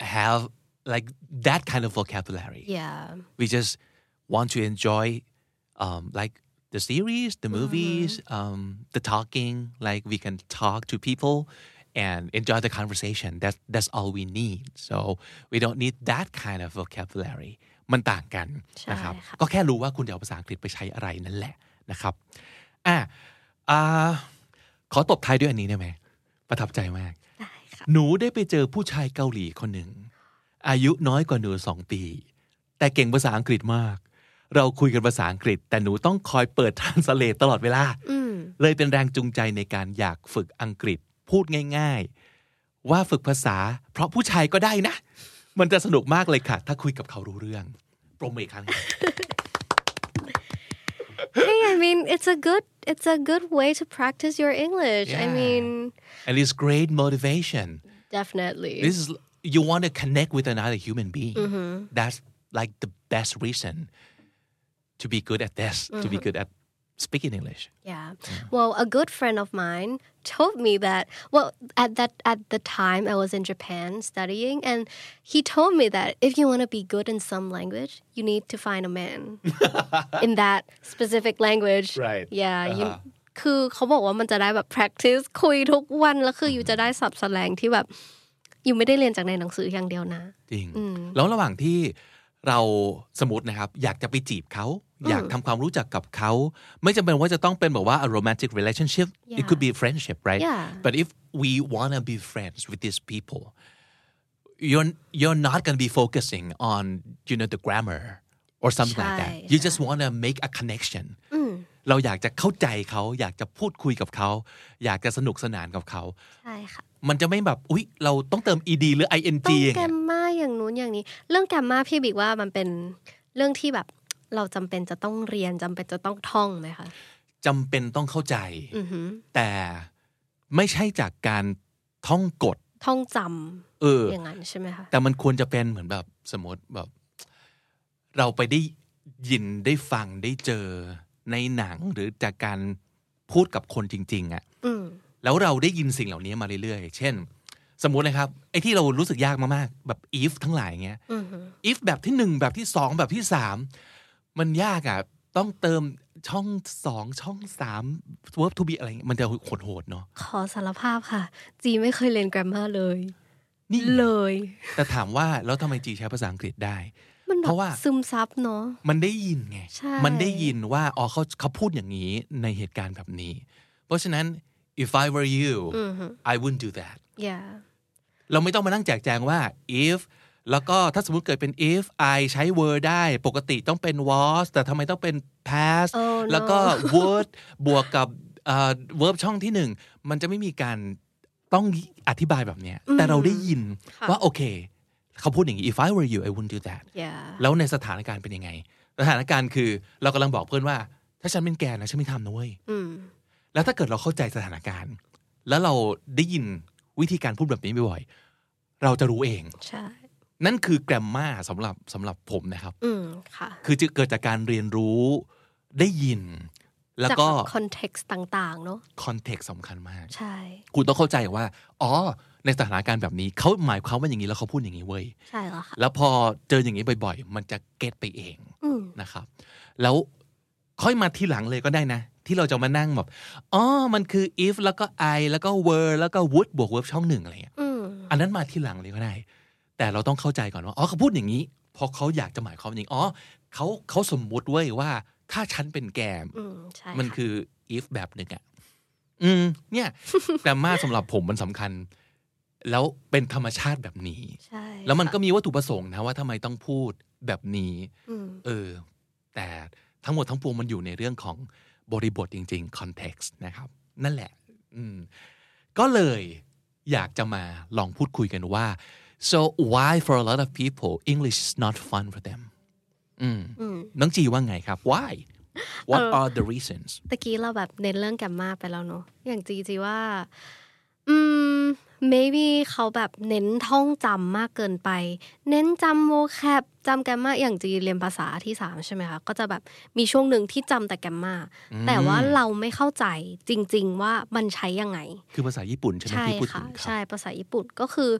have like that kind of vocabulary yeah we just want to enjoy um, like the series, the movies, Mm-hmm. um, the talking. Like we can talk to people and enjoy the conversation. That's that's all we need. So we don't need that kind of vocabulary. มันต่างกันนะครับ ใช่ค่ะ ก็แค่รู้ว่าคุณจะเอาภาษาอังกฤษไปใช้อะไรนั่นแหละนะครับอ่ะอ่าขอตบท้ายด้วยอันนี้ได้ไหม ประทับใจมาก ได้ค่ะ หนูได้ไปเจอผู้ชายเกาหลีคนหนึ่ง อายุน้อยกว่าหนูสองปี แต่เก่งภาษาอังกฤษมาก เราคุยกันภาษาอังกฤษ แต่หนูต้องคอยเปิดทร านสเลตตลอดเวลา อืม เลยเป็นแรงจูงใจในการอยากฝึกอังกฤษพูดง่าย ๆ ว่าฝึกภาษา เพราะผู้ชายก็ได้นะ มันจะสนุกมากเลยค่ะ ถ้าคุยกับเขารู้เรื่องโปรโมทอีกครั้ง Hey I mean it's a good it's a good way to practice your English I Yeah. mean and it's great motivation definitely this is you want to connect with another human being that's like the best reason to be good at this to be good at speaking english Yeah. Well, a good friend of mine told me that well at that at the time I was in Japan studying and he told me that if you want to be good in some language, you need to find a man in that specific language. Right. Yeah. You, คือเขาบอกว่ามันจะได้แบบ practice คุยทุกวันแล้วคืออยู่จะได้สับสแลงที่แบบอยู่ไม่ได้เรียนจากในหนังสืออย่างเดียวนะ จริง แล้วระหว่างที่เราสมมตินะครับ อยากจะไปจีบเขา อยากทำความรู้จักกับเขา ไม่จำเป็นว่าจะต้องเป็นแบบว่า a romantic relationship it Yeah. could be friendship right Yeah. but if we wanna be friends with these people you're you're not gonna be focusing on you know the grammar or something like that ใช่ you just wanna make a connection เราอยากจะเข้าใจเขา อยากจะพูดคุยกับเขา อยากจะสนุกสนานกับเขา ใช่ค่ะ มันจะไม่แบบอุ๊ย เราต้องเติม ed หรือ ing ต้อง อย่าง แกร เงี้ย มมาอย่างนู้นอย่างนี้ เรื่องแกรมมาพี่บิ๊กว่ามันเป็นเรื่องที่แบบเราจำเป็นจะต้องเรียนจำเป็นจะต้องท่องไหมคะ จำเป็นต้องเข้าใจ อือหือ แต่ไม่ใช่จากการท่องกฎ ท่องจำ เออ อย่างนั้นใช่ไหมคะ แต่มันควรจะเป็นเหมือนแบบสมมติแบบ เราไปได้ยินได้ฟังได้เจอในหนังหรือจากการพูดกับคนจริง ๆอะ่ะ อืม แล้วเราได้ยินสิ่งเหล่านี้มาเรื่อยๆ เช่น สมมตินะครับ ไอ้ที่เรารู้สึกยากมากๆ แบบ if ทั้งหลายเงี้ย อือหือ if แบบที่หนึ่งแบบที่สองแบบที่สามมันยากอะ่ะ ต้องเติมช่องสองช่องสาม verb to be อะไรเงี้ยมันจะโหดๆเนาะ ขอสารภาพค่ะ จีไม่เคยเรียนแกรมมาเลย นี่ไง เลย แต่ถามว่าแล้วทำไมจีใช้ภาษาอังกฤษได้ มันแบ เพ บ ราะว่า ซึมซับเนาะ มันได้ยินไง ใช่ มันได้ยินว่าอ๋อเขาเขาพูดอย่างนี้ในเหตุการณ์แบบนี้ เพราะฉะนั้น if I were you I wouldn't do that yeah เราไม่ต้องมานั่งแจกแจงว่า if แล้วก็ถ้าสมมติเกิดเป็น if I ใช้ were ได้ปกติต้องเป็น was แต่ทำไมต้องเป็น past Oh, no. แล้วก็ would บวกกับเอ่อ verb ช่องที่หนึ่ง มันจะไม่มีการต้องอธิบายแบบเนี้ยแต่เราได้ยินว่าโอเค เขาพูดอย่างนี้ if I were you I wouldn't do that yeah แล้วในสถานการณ์เป็นยังไง สถานการณ์คือเรากำลังบอกเพื่อนว่า ถ้าฉันเป็นแกนะฉันไม่ทำนะเว้ย อืม แล้วถ้าเกิดเราเข้าใจสถานการณ์ แล้วเราได้ยินวิธีการพูดแบบนี้บ่อยๆ เราจะรู้เอง ใช่ นั่นคือแกรมมาสำหรับสำหรับผมนะครับ อืม ค่ะ คือจะเกิดจากการเรียนรู้ได้ยิน แล้ว จาก ก็ คอนเท็กซ์ต่างๆ เนาะ คอนเทกต์สำคัญมาก ใช่ คุณต้องเข้าใจว่า อ๋อ ในสถานการณ์แบบนี้เขาหมายความว่าอย่างนี้แล้วเขาพูดอย่างนี้เว้ย ใช่แล้วค่ะ แล้วพอเจออย่างนี้บ่อยๆ มันจะเก็ตไปเอง อืม นะครับแล้วค่อยมาทีหลังเลยก็ได้นะ ที่เราจะมานั่งแบบอ๋อมันคือ if แล้วก็ I แล้วก็ were แล้วก็ would บวก verb ช่องหนึ่งอะไรเงี้ย อืม อันนั้นมาทีหลังเลยก็ได้ แต่เราต้องเข้าใจก่อนว่าอ๋อเขาพูดอย่างนี้เพราะเขาอยากจะหมายความอย่างนี้อ๋อเขาเขาสมมุติเว้ยว่า ถ้าฉันเป็นแกม อืม ใช่ มัน ค่ะ คือ if แบบหนึ่งอะอืม เนี่ย แกรมมาสำหรับผมมันสำคัญ แล้วเป็นธรรมชาติแบบนี้ ใช่ แล้วมันก็ ค่ะ มีวัตถุประสงค์นะว่าทำไมต้องพูดแบบนี้ อืม เออ แต่ทั้งหมดทั้งปวงมันอยู่ในเรื่องของบริบทจริง ๆ context นะครับ นั่นแหละ อืม ก็เลยอยากจะมาลองพูดคุยกันว่า so why for a lot of people English is not fun for them อืม อืม น้องจีว่าไงครับ why what are the reasons ตะกี้เราแบบเน้นเรื่องแกรมมาไปแล้วเนอะอย่างจีจีว่า อืม maybe เขาแบบเน้นท่องจำมากเกินไป เน้นจำโวแคปจำแกรมมาอย่างจีเรียนภาษาที่สามใช่ไหมคะ ก็จะแบบมีช่วงหนึ่งที่จำแต่แกรมมาแต่ว่าเราไม่เข้าใจจริง ๆ ว่ามันใช้ยังไง คือภาษาญี่ปุ่นใช่ไหม ใช่ ที่พูดถึ ค่ะ งครับ ใช่ภาษาญี่ปุ่นก็คือ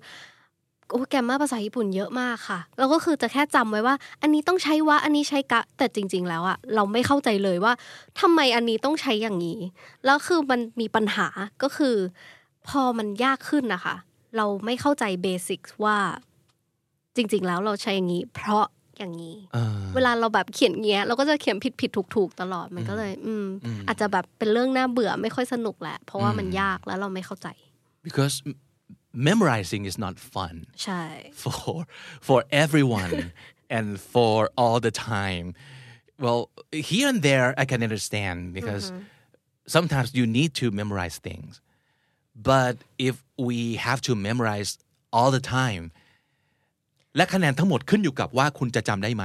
โอ้แกรมมาภาษาญี่ปุ่นเยอะมากค่ะ แล้วก็คือจะแค่จำไว้ว่า อันนี้ต้องใช้วะอันนี้ใช้กะ แต่จริง ๆ แล้วอะเราไม่เข้าใจเลยว่าทำไมอันนี้ต้องใช้อย่างนี้ แล้วคือมันมีปัญหาก็คือ พอมันยากขึ้นนะคะเราไม่เข้าใจเบสิกว่า จริง ๆ แล้วเราใช้อย่างนี้ เพราะอย่างนี้ เออ เวลาเราแบบเขียนเงี้ย เราก็จะเขียนผิดผิดถูกถูกๆตลอดมันก็เลย อืม อืม อาจจะแบบเป็นเรื่องน่าเบื่อไม่ค่อยสนุกแหละ เพราะว่า อืม มันยากแล้วเราไม่เข้าใจ because m- memorizing is not fun ใช่ for for everyone and for all the time. Well, here and there I can understand because sometimes you need to memorize things. But if we have to memorize all the time และคะแนนทั้งหมดขึ้นอยู่กับว่าคุณจะจำได้ไหม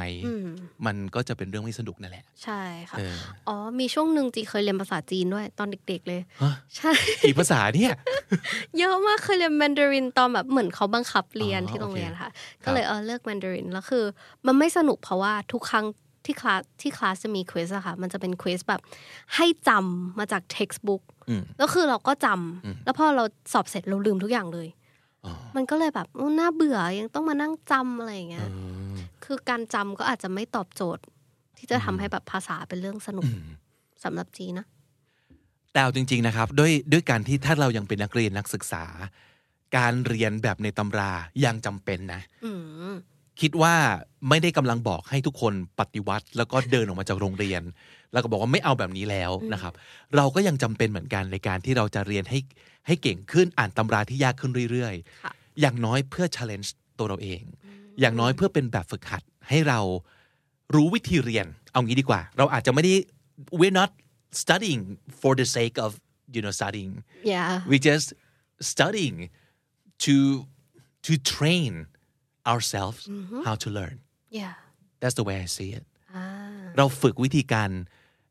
มันก็จะเป็นเรื่องไม่สนุกนั่นแหละ ใช่ค่ะ เออ อ๋อ มีช่วงหนึ่งจีเคยเรียนภาษาจีนด้วย ตอนเด็ก ๆ เลย ฮะ ใช่ กี่ภาษาเนี่ย เยอะมากเคยเรียนแมนดารินตอนแบบเหมือนเขาบังคับเรียน อ๋อ ที่โรงเรียน โอเค ค่ะ ครั ก็ บ เลยเออเลือกแมนดารินแล้วคือ มันไม่สนุกเพราะว่าทุกครั้งที่คลาสที่คลาสจะมีควิสอะค่ะ มันจะเป็นควิสแบบให้จำมาจากเท็กซ์บุ๊กแล้วคือเราก็จำแล้วพอเราสอบเสร็จเราลืมทุกอย่างเลย มันก็เลยแบบอู้น่าเบื่อยังต้องมานั่งจำอะไรอย่างเงี้ยคือการจำก็อาจจะไม่ตอบโจทย์ ที่จะทำให้แบบภาษาเป็นเรื่องสนุกสำหรับจีนะ แต่เอาจริง ๆ นะครับด้วยด้วยการที่ถ้าเรายังเป็นนักเรียนนักศึกษา การเรียนแบบในตำรายังจำเป็นนะ อืม คิดว่าไม่ได้กำลังบอกให้ทุกคนปฏิวัติ แล้วก็เดินออกมาจากโรงเรียน แล้วก็บอกว่าไม่เอาแบบนี้แล้วนะครับ เราก็ยังจำเป็นเหมือนกันในการที่เราจะเรียนให้ให้เก่งขึ้นอ่านตำราที่ยากขึ้นเรื่อย ค่ะ ๆ อย่างน้อยเพื่อ challenge ตัวเราเอง อย่างน้อยเพื่อเป็นแบบฝึกหัดให้เรารู้วิธีเรียน เอางี้ดีกว่า เราอาจจะไม่ได้ we're not studying for the sake of you know studying yeah we just studying to to train ourselves how to learn yeah that's the way I see it อ่า เราฝึกวิธีการ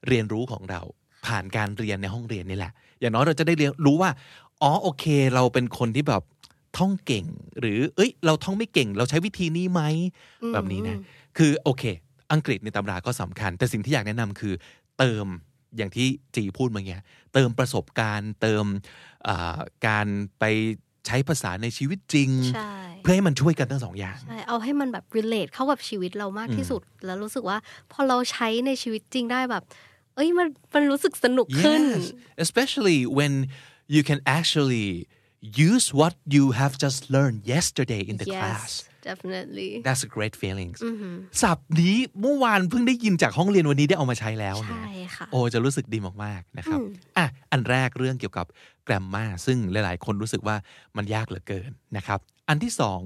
เรียนรู้ของเรา ผ่านการเรียนในห้องเรียนนี่แหละ อย่างน้อยเราจะได้เรียนรู้ว่า อ๋อโอเค เราเป็นคนที่แบบท่องเก่ง หรือ เอ้ย เราท่องไม่เก่ง เราใช้วิธีนี้ไหม แบบนี้นะ คือโอเค อังกฤษในตำราก็สำคัญ แต่สิ่งที่อยากแนะนำคือ เติมอย่างที่จีพูดเมื่อกี้เติมประสบการณ์ เติมเอ่อการไปใช้ภาษาในชีวิตจริง ใช่ เพื่อให้มันช่วยกันทั้งสองอย่าง ใช่เอาให้มันแบบ relate เข้ากับชีวิตเรามากที่สุด แล้วรู้สึกว่าพอเราใช้ในชีวิตจริงได้แบบ เอ้ยมันมันรู้สึกสนุกขึ้น Yes, especially when you can actually use what you have just learned yesterday in the class. definitely That's a great feeling. ศัพท์นี้เมื่อวานเพิ่งได้ยินจากห้องเรียนวันนี้ได้เอามาใช้แล้ว ใช่ เนี่ย ค่ะ โอจะรู้สึกดีมาก ๆ นะครับ อ่ะ อันแรกเรื่องเกี่ยวกับแกรมมาซึ่งหลาย ๆ คนรู้สึกว่ามันยากเหลือเกินนะครับ อันที่สอง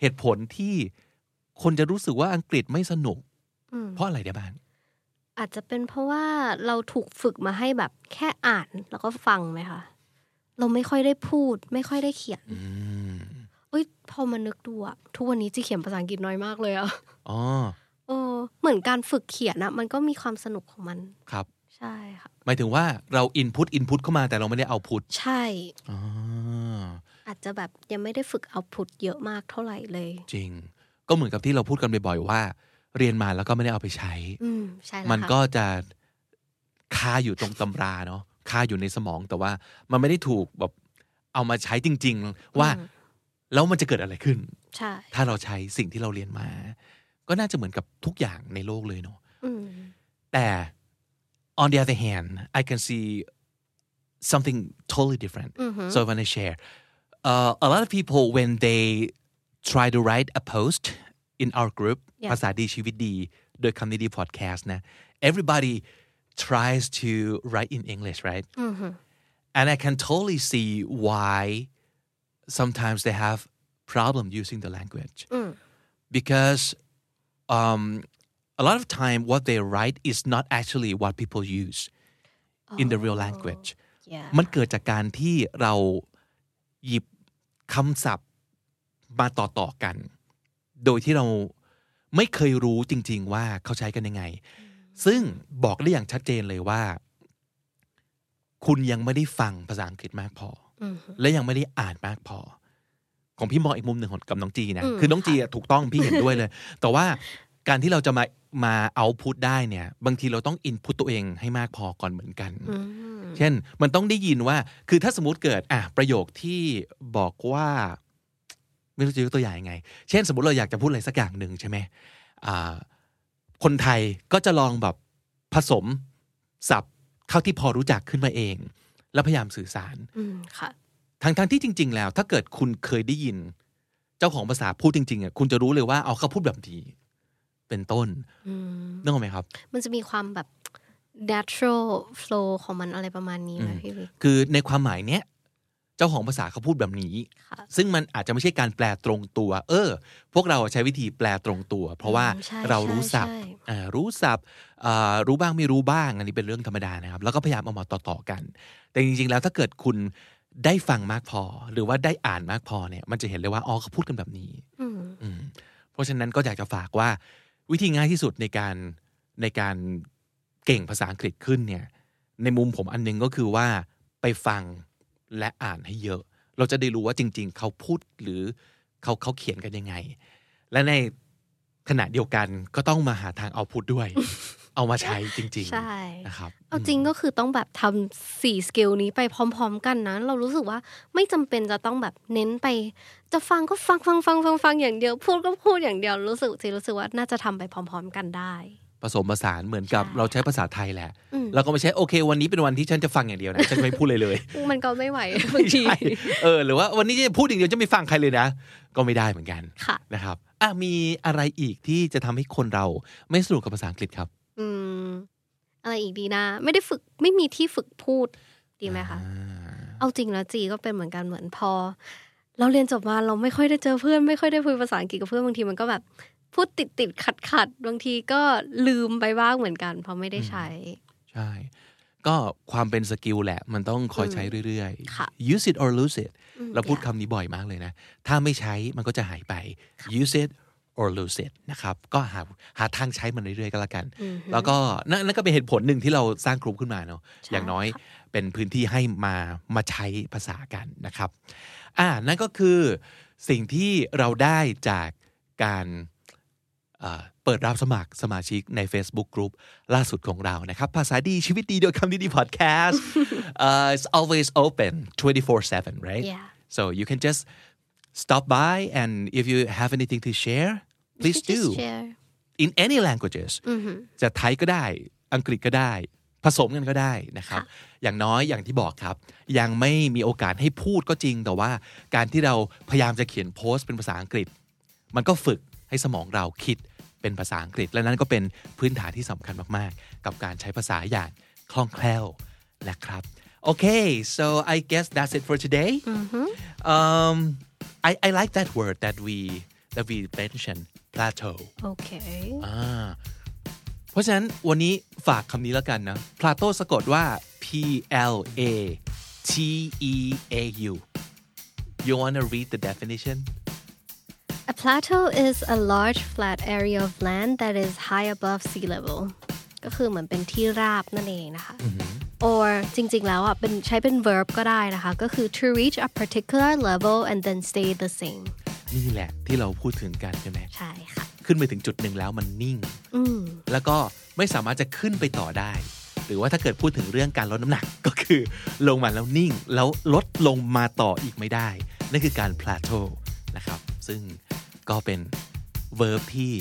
เหตุผลที่คนจะรู้สึกว่าอังกฤษไม่สนุก อืม เพราะอะไรได้บ้าง อาจจะเป็นเพราะว่าเราถูกฝึกมาให้แบบแค่อ่านแล้วก็ฟังไหมคะ เราไม่ค่อยได้พูด ไม่ค่อยได้เขียน อืม เอ้ยพอมานึกดูอะทุกวันนี้จีเขียนภาษาอังกฤษน้อยมากเลยอะ อ๋อ โอ้เหมือนการฝึกเขียนอะมันก็มีความสนุกของมัน ครับ ใช่ค่ะ หมายถึงว่าเราอินพุตอินพุตเข้ามาแต่เราไม่ได้เอาพุต ใช่ อาจจะแบบยังไม่ได้ฝึกเอาพุตเยอะมากเท่าไหร่เลย จริง ก็เหมือนกับที่เราพูดกันบ่อยๆว่า เรียนมาแล้วก็ไม่ได้เอาไปใช้ อืม ใช่แล้ว มัน ค่ะ ก็จะคาอยู่ตรงตำราเนาะคาอยู่ในสมองแต่ว่ามันไม่ได้ถูกแบบเอามาใช้จริง ๆ ว่า แล้วมันจะเกิดอะไรขึ้น ใช่ ถ้าเราใช้สิ่งที่เราเรียนมา ก็น่าจะเหมือนกับทุกอย่างในโลกเลยเนาะ อืม แต่ uh, on the other hand I can see something totally different so I want to share uh, a lot of people when they try to write a post in our group Yeah. ภาษาดีชีวิตดีโดย Community Podcast นะ everybody tries to write in English right and I can totally see why sometimes they have problem using the language because um, a lot of time what they write is not actually what people use in the real language yeah มันเกิดจากการที่เราหยิบคำศัพท์มาต่อต่อๆกัน โดยที่เราไม่เคยรู้จริง ๆ ว่าเขาใช้กันยังไง ซึ่งบอกได้อย่างชัดเจนเลยว่า คุณยังไม่ได้ฟังภาษาอังกฤษมากพออและยังไม่ได้อ่านมากพอ ของพี่มองอีกมุมหนึ่งของกับน้องจีนะ คือน้องจีอะถูกต้องพี่เห็นด้วยเลย แต่ว่าการที่เราจะมามาเอาพุทได้เนี่ย บางทีเราต้องอินพุตตัวเองให้มากพอก่อนเหมือนกัน เช่น มันต้องได้ยินว่า คือถ้าสมมติเกิดอ่ะประโยคที่บอกว่า ไม่รู้จะยกตัวอย่างยังไง เช่นสมมติเราอยากจะพูดอะไรสักอย่างหนึ่งใช่ไหมอ่าคนไทยก็จะลองแบบผสมศัพท์เข้าที่พอรู้จักขึ้นมาเอง แล้วพยายามสื่อสาร อืมค่ะ ทั้งทั้งที่จริง ๆ แล้ว ถ้าเกิดคุณเคยได้ยิน เจ้าของภาษาพูดจริงๆอ่ะคุณจะรู้เลยว่าเอาเขาพูดแบบนี้เป็นต้น อืม นึกออกไหมครับ มันจะมีความแบบ natural flow ของมันอะไรประมาณนี้ไหม อืม พี่วิก คือในความหมายเนี้ยเจ้าของภาษาเขาพูดแบบนี้ ค่ะ ซึ่งมันอาจจะไม่ใช่การแปลตรงตัว เออ พวกเราใช้วิธีแปลตรงตัว เพราะว่า อืมใช่ เรารู้ศัพท์ ใช่ใช่ อ่ารู้ศัพท์อ่ารู้บ้างไม่รู้บ้าง อันนี้เป็นเรื่องธรรมดานะครับ แล้วก็พยายามเอามาต่อๆกัน แต่จริงๆ แล้วถ้าเกิดคุณได้ฟังมากพอ หรือว่าได้อ่านมากพอเนี่ยมันจะเห็นเลยว่าอ๋อเขาพูดกันแบบนี้ อืม อืมเพราะฉะนั้นก็อยากจะฝากว่า วิธีง่ายที่สุดในการในการเก่งภาษาอังกฤษขึ้นเนี่ย ในมุมผมอันหนึงก็คือว่าไปฟังและอ่านให้เยอะ เราจะได้รู้ว่าจริง ๆ เขาพูดหรือเขาเขาเขียนกันยังไง และในขณะเดียวกันก็ต้องมาหาทางเอาพูด ด้วย เอามาใช้จริง ใช่ ๆนะครับ เอาจริงก็คือต้องแบบทำสี่สกิลนี้ไปพร้อม ๆ กันนะ เรารู้สึกว่าไม่จำเป็นจะต้องแบบเน้นไป จะฟังก็ฟังฟังฟังฟังฟังอย่างเดียว พูดก็พูดอย่างเดียวรู้สึกจีรู้สึกว่าน่าจะทำไปพร้อม ๆ กันได้ ผสมผสานเหมือนกับ ใช่ เราใช้ภาษาไทยแหละ อืม เราก็ไม่ใช่โอเค วันนี้เป็นวันที่ฉันจะฟังอย่างเดียวนะฉันจะไม่พูดเลยเลย มันก็ไม่ไหวบางที ใช่เออหรือว่าวันนี้จะพูดอย่างเดียวจะไม่ฟังใครเลยนะ ก็ไม่ได้เหมือนกัน ค่ะ นะครับอ่ะมีอะไรอีกที่จะทำให้คนเราไม่สนุกกับภาษาอังกฤษครับ อืม อะไรอีกดีนะ ไม่ได้ฝึกไม่มีที่ฝึกพูดดีไหมคะ อ่า เอาจริงแล้วจีก็เป็นเหมือนกันเหมือนพอ เราเรียนจบมาเราไม่ค่อยได้เจอเพื่อนไม่ค่อยได้คุยภาษาอังกฤษกับเพื่อนบางทีมันก็แบบ พูดติดติดขัดขัดๆบางทีก็ลืมไปบ้างเหมือนกันเพราะไม่ได้ใช้ ใช่ ก็ความเป็นสกิลแหละ มันต้องคอยใช้เรื่อย ค่ะ ๆ use it or lose it อืม เราพูด อย่ คำนี้บ่อยมากเลยนะ ถ้าไม่ใช้มันก็จะหายไป use it or lose it นะครับ ก็หาหาทางใช้มันเรื่อยๆก็แล้วกัน อือฮึ แล้วก็นั่นนั่นก็เป็นเหตุผลหนึ่งที่เราสร้างกลุ่มขึ้นมาเนาะ ใช่ อย่างน้อยเป็นพื้นที่ให้มามาใช้ภาษากันนะครับ อ่า นั่นก็คือสิ่งที่เราได้จากการเอ่อเปิดรับสมัครสมาชิกใน Facebook Group ล่าสุดของเรานะครับ ภาษาดีชีวิตดีโดยคำดีดีพอดแคส ต์ it's always open 24/7 right Yeah. so you can just stop by and if you have anything to share าง please Just do share in any languages อือฮึ จะไทยก็ได้ อังกฤษก็ได้ ผสมกันก็ได้นะครับ อย่างน้อยอย่างที่บอกครับ ยังไม่มีโอกาสให้พูดก็จริง แต่ว่าการที่เราพยายามจะเขียนโพสต์เป็นภาษาอังกฤษ มันก็ฝึกให้สมองเราคิดเป็นภาษาอังกฤษ และนั่นก็เป็นพื้นฐานที่สำคัญมาก ๆ กับการใช้ภาษาอย่างคล่องแคล่วนะครับโอเค so I guess that's it for today um I I like that word that we that we mentioned plateau โอเค อ่าเพราะฉะนั้นวันนี้ฝากคำนี้แล้วกันนะ Plato สะกดว่า P L A T E A U You wanna read the definition A plateau is a large flat area of land that is high above sea level ก็คือเหมือนเป็นที่ราบนั่นเองนะคะ or จริง ๆ แล้วอ่ะเป็นใช้เป็น verb ก็ได้นะคะ ก็คือ to reach a particular level and then stay the same นี่แหละที่เราพูดถึงกันใช่ไหม ใช่ค่ะ ขึ้นไปถึงจุดหนึ่งแล้วมันนิ่ง อืม แล้วก็ไม่สามารถจะขึ้นไปต่อได้ หรือว่าถ้าเกิดพูดถึงเรื่องการลดน้ำหนัก ก็คือลงมาแล้วนิ่ง แล้วลดลงมาต่ออีกไม่ได้ นั่นคือการ plateau นะครับ ซึ่งก็เป็น verb ที่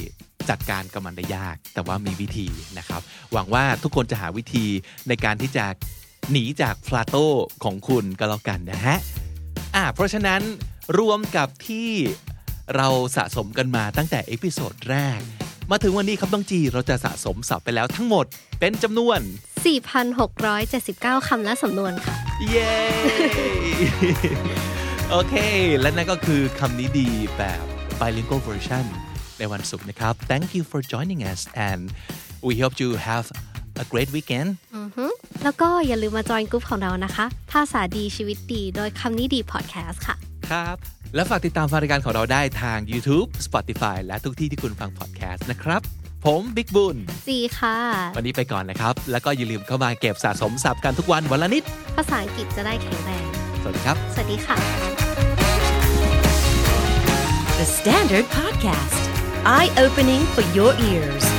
จัดการกับมันได้ยาก แต่ว่ามีวิธีนะครับ หวังว่าทุกคนจะหาวิธีในการที่จะหนีจาก plateau ของคุณก็แล้วกันนะฮะ อ่าเพราะฉะนั้นรวมกับที่เราสะสมกันมาตั้งแต่เอพิโซดแรก มาถึงวันนี้ครับต้องจีเราจะสะสมศัพท์ไปแล้วทั้งหมดเป็นจำนวน 4,679 คำและสำนวนค่ะ เย้ โอเค และนั่นก็คือคำนี้ดีแบบ bilingual version ในวันศุกร์นะครับ Thank you for joining us and we hope you have a great weekend อือฮึแล้วก็อย่าลืมมาจอยกลุ่มของเรานะคะ ภาษาดีชีวิตดีโดยคำนี้ดีพอดแคสต์ค่ะ ครับ และฝากติดตามฟังรายการของเราได้ทาง YouTube Spotify และทุกที่ที่คุณฟัง podcast นะครับ ผมบิ๊กบุญ จีค่ะ วันนี้ไปก่อนนะครับ แล้วก็อย่าลืมเข้ามาเก็บสะสมศัพท์กันทุกวันวันละนิด ภาษาอังกฤษจะได้แข็งแรง สวัสดีครับ สวัสดีค่ะ The Standard Podcast, eye opening for your ears.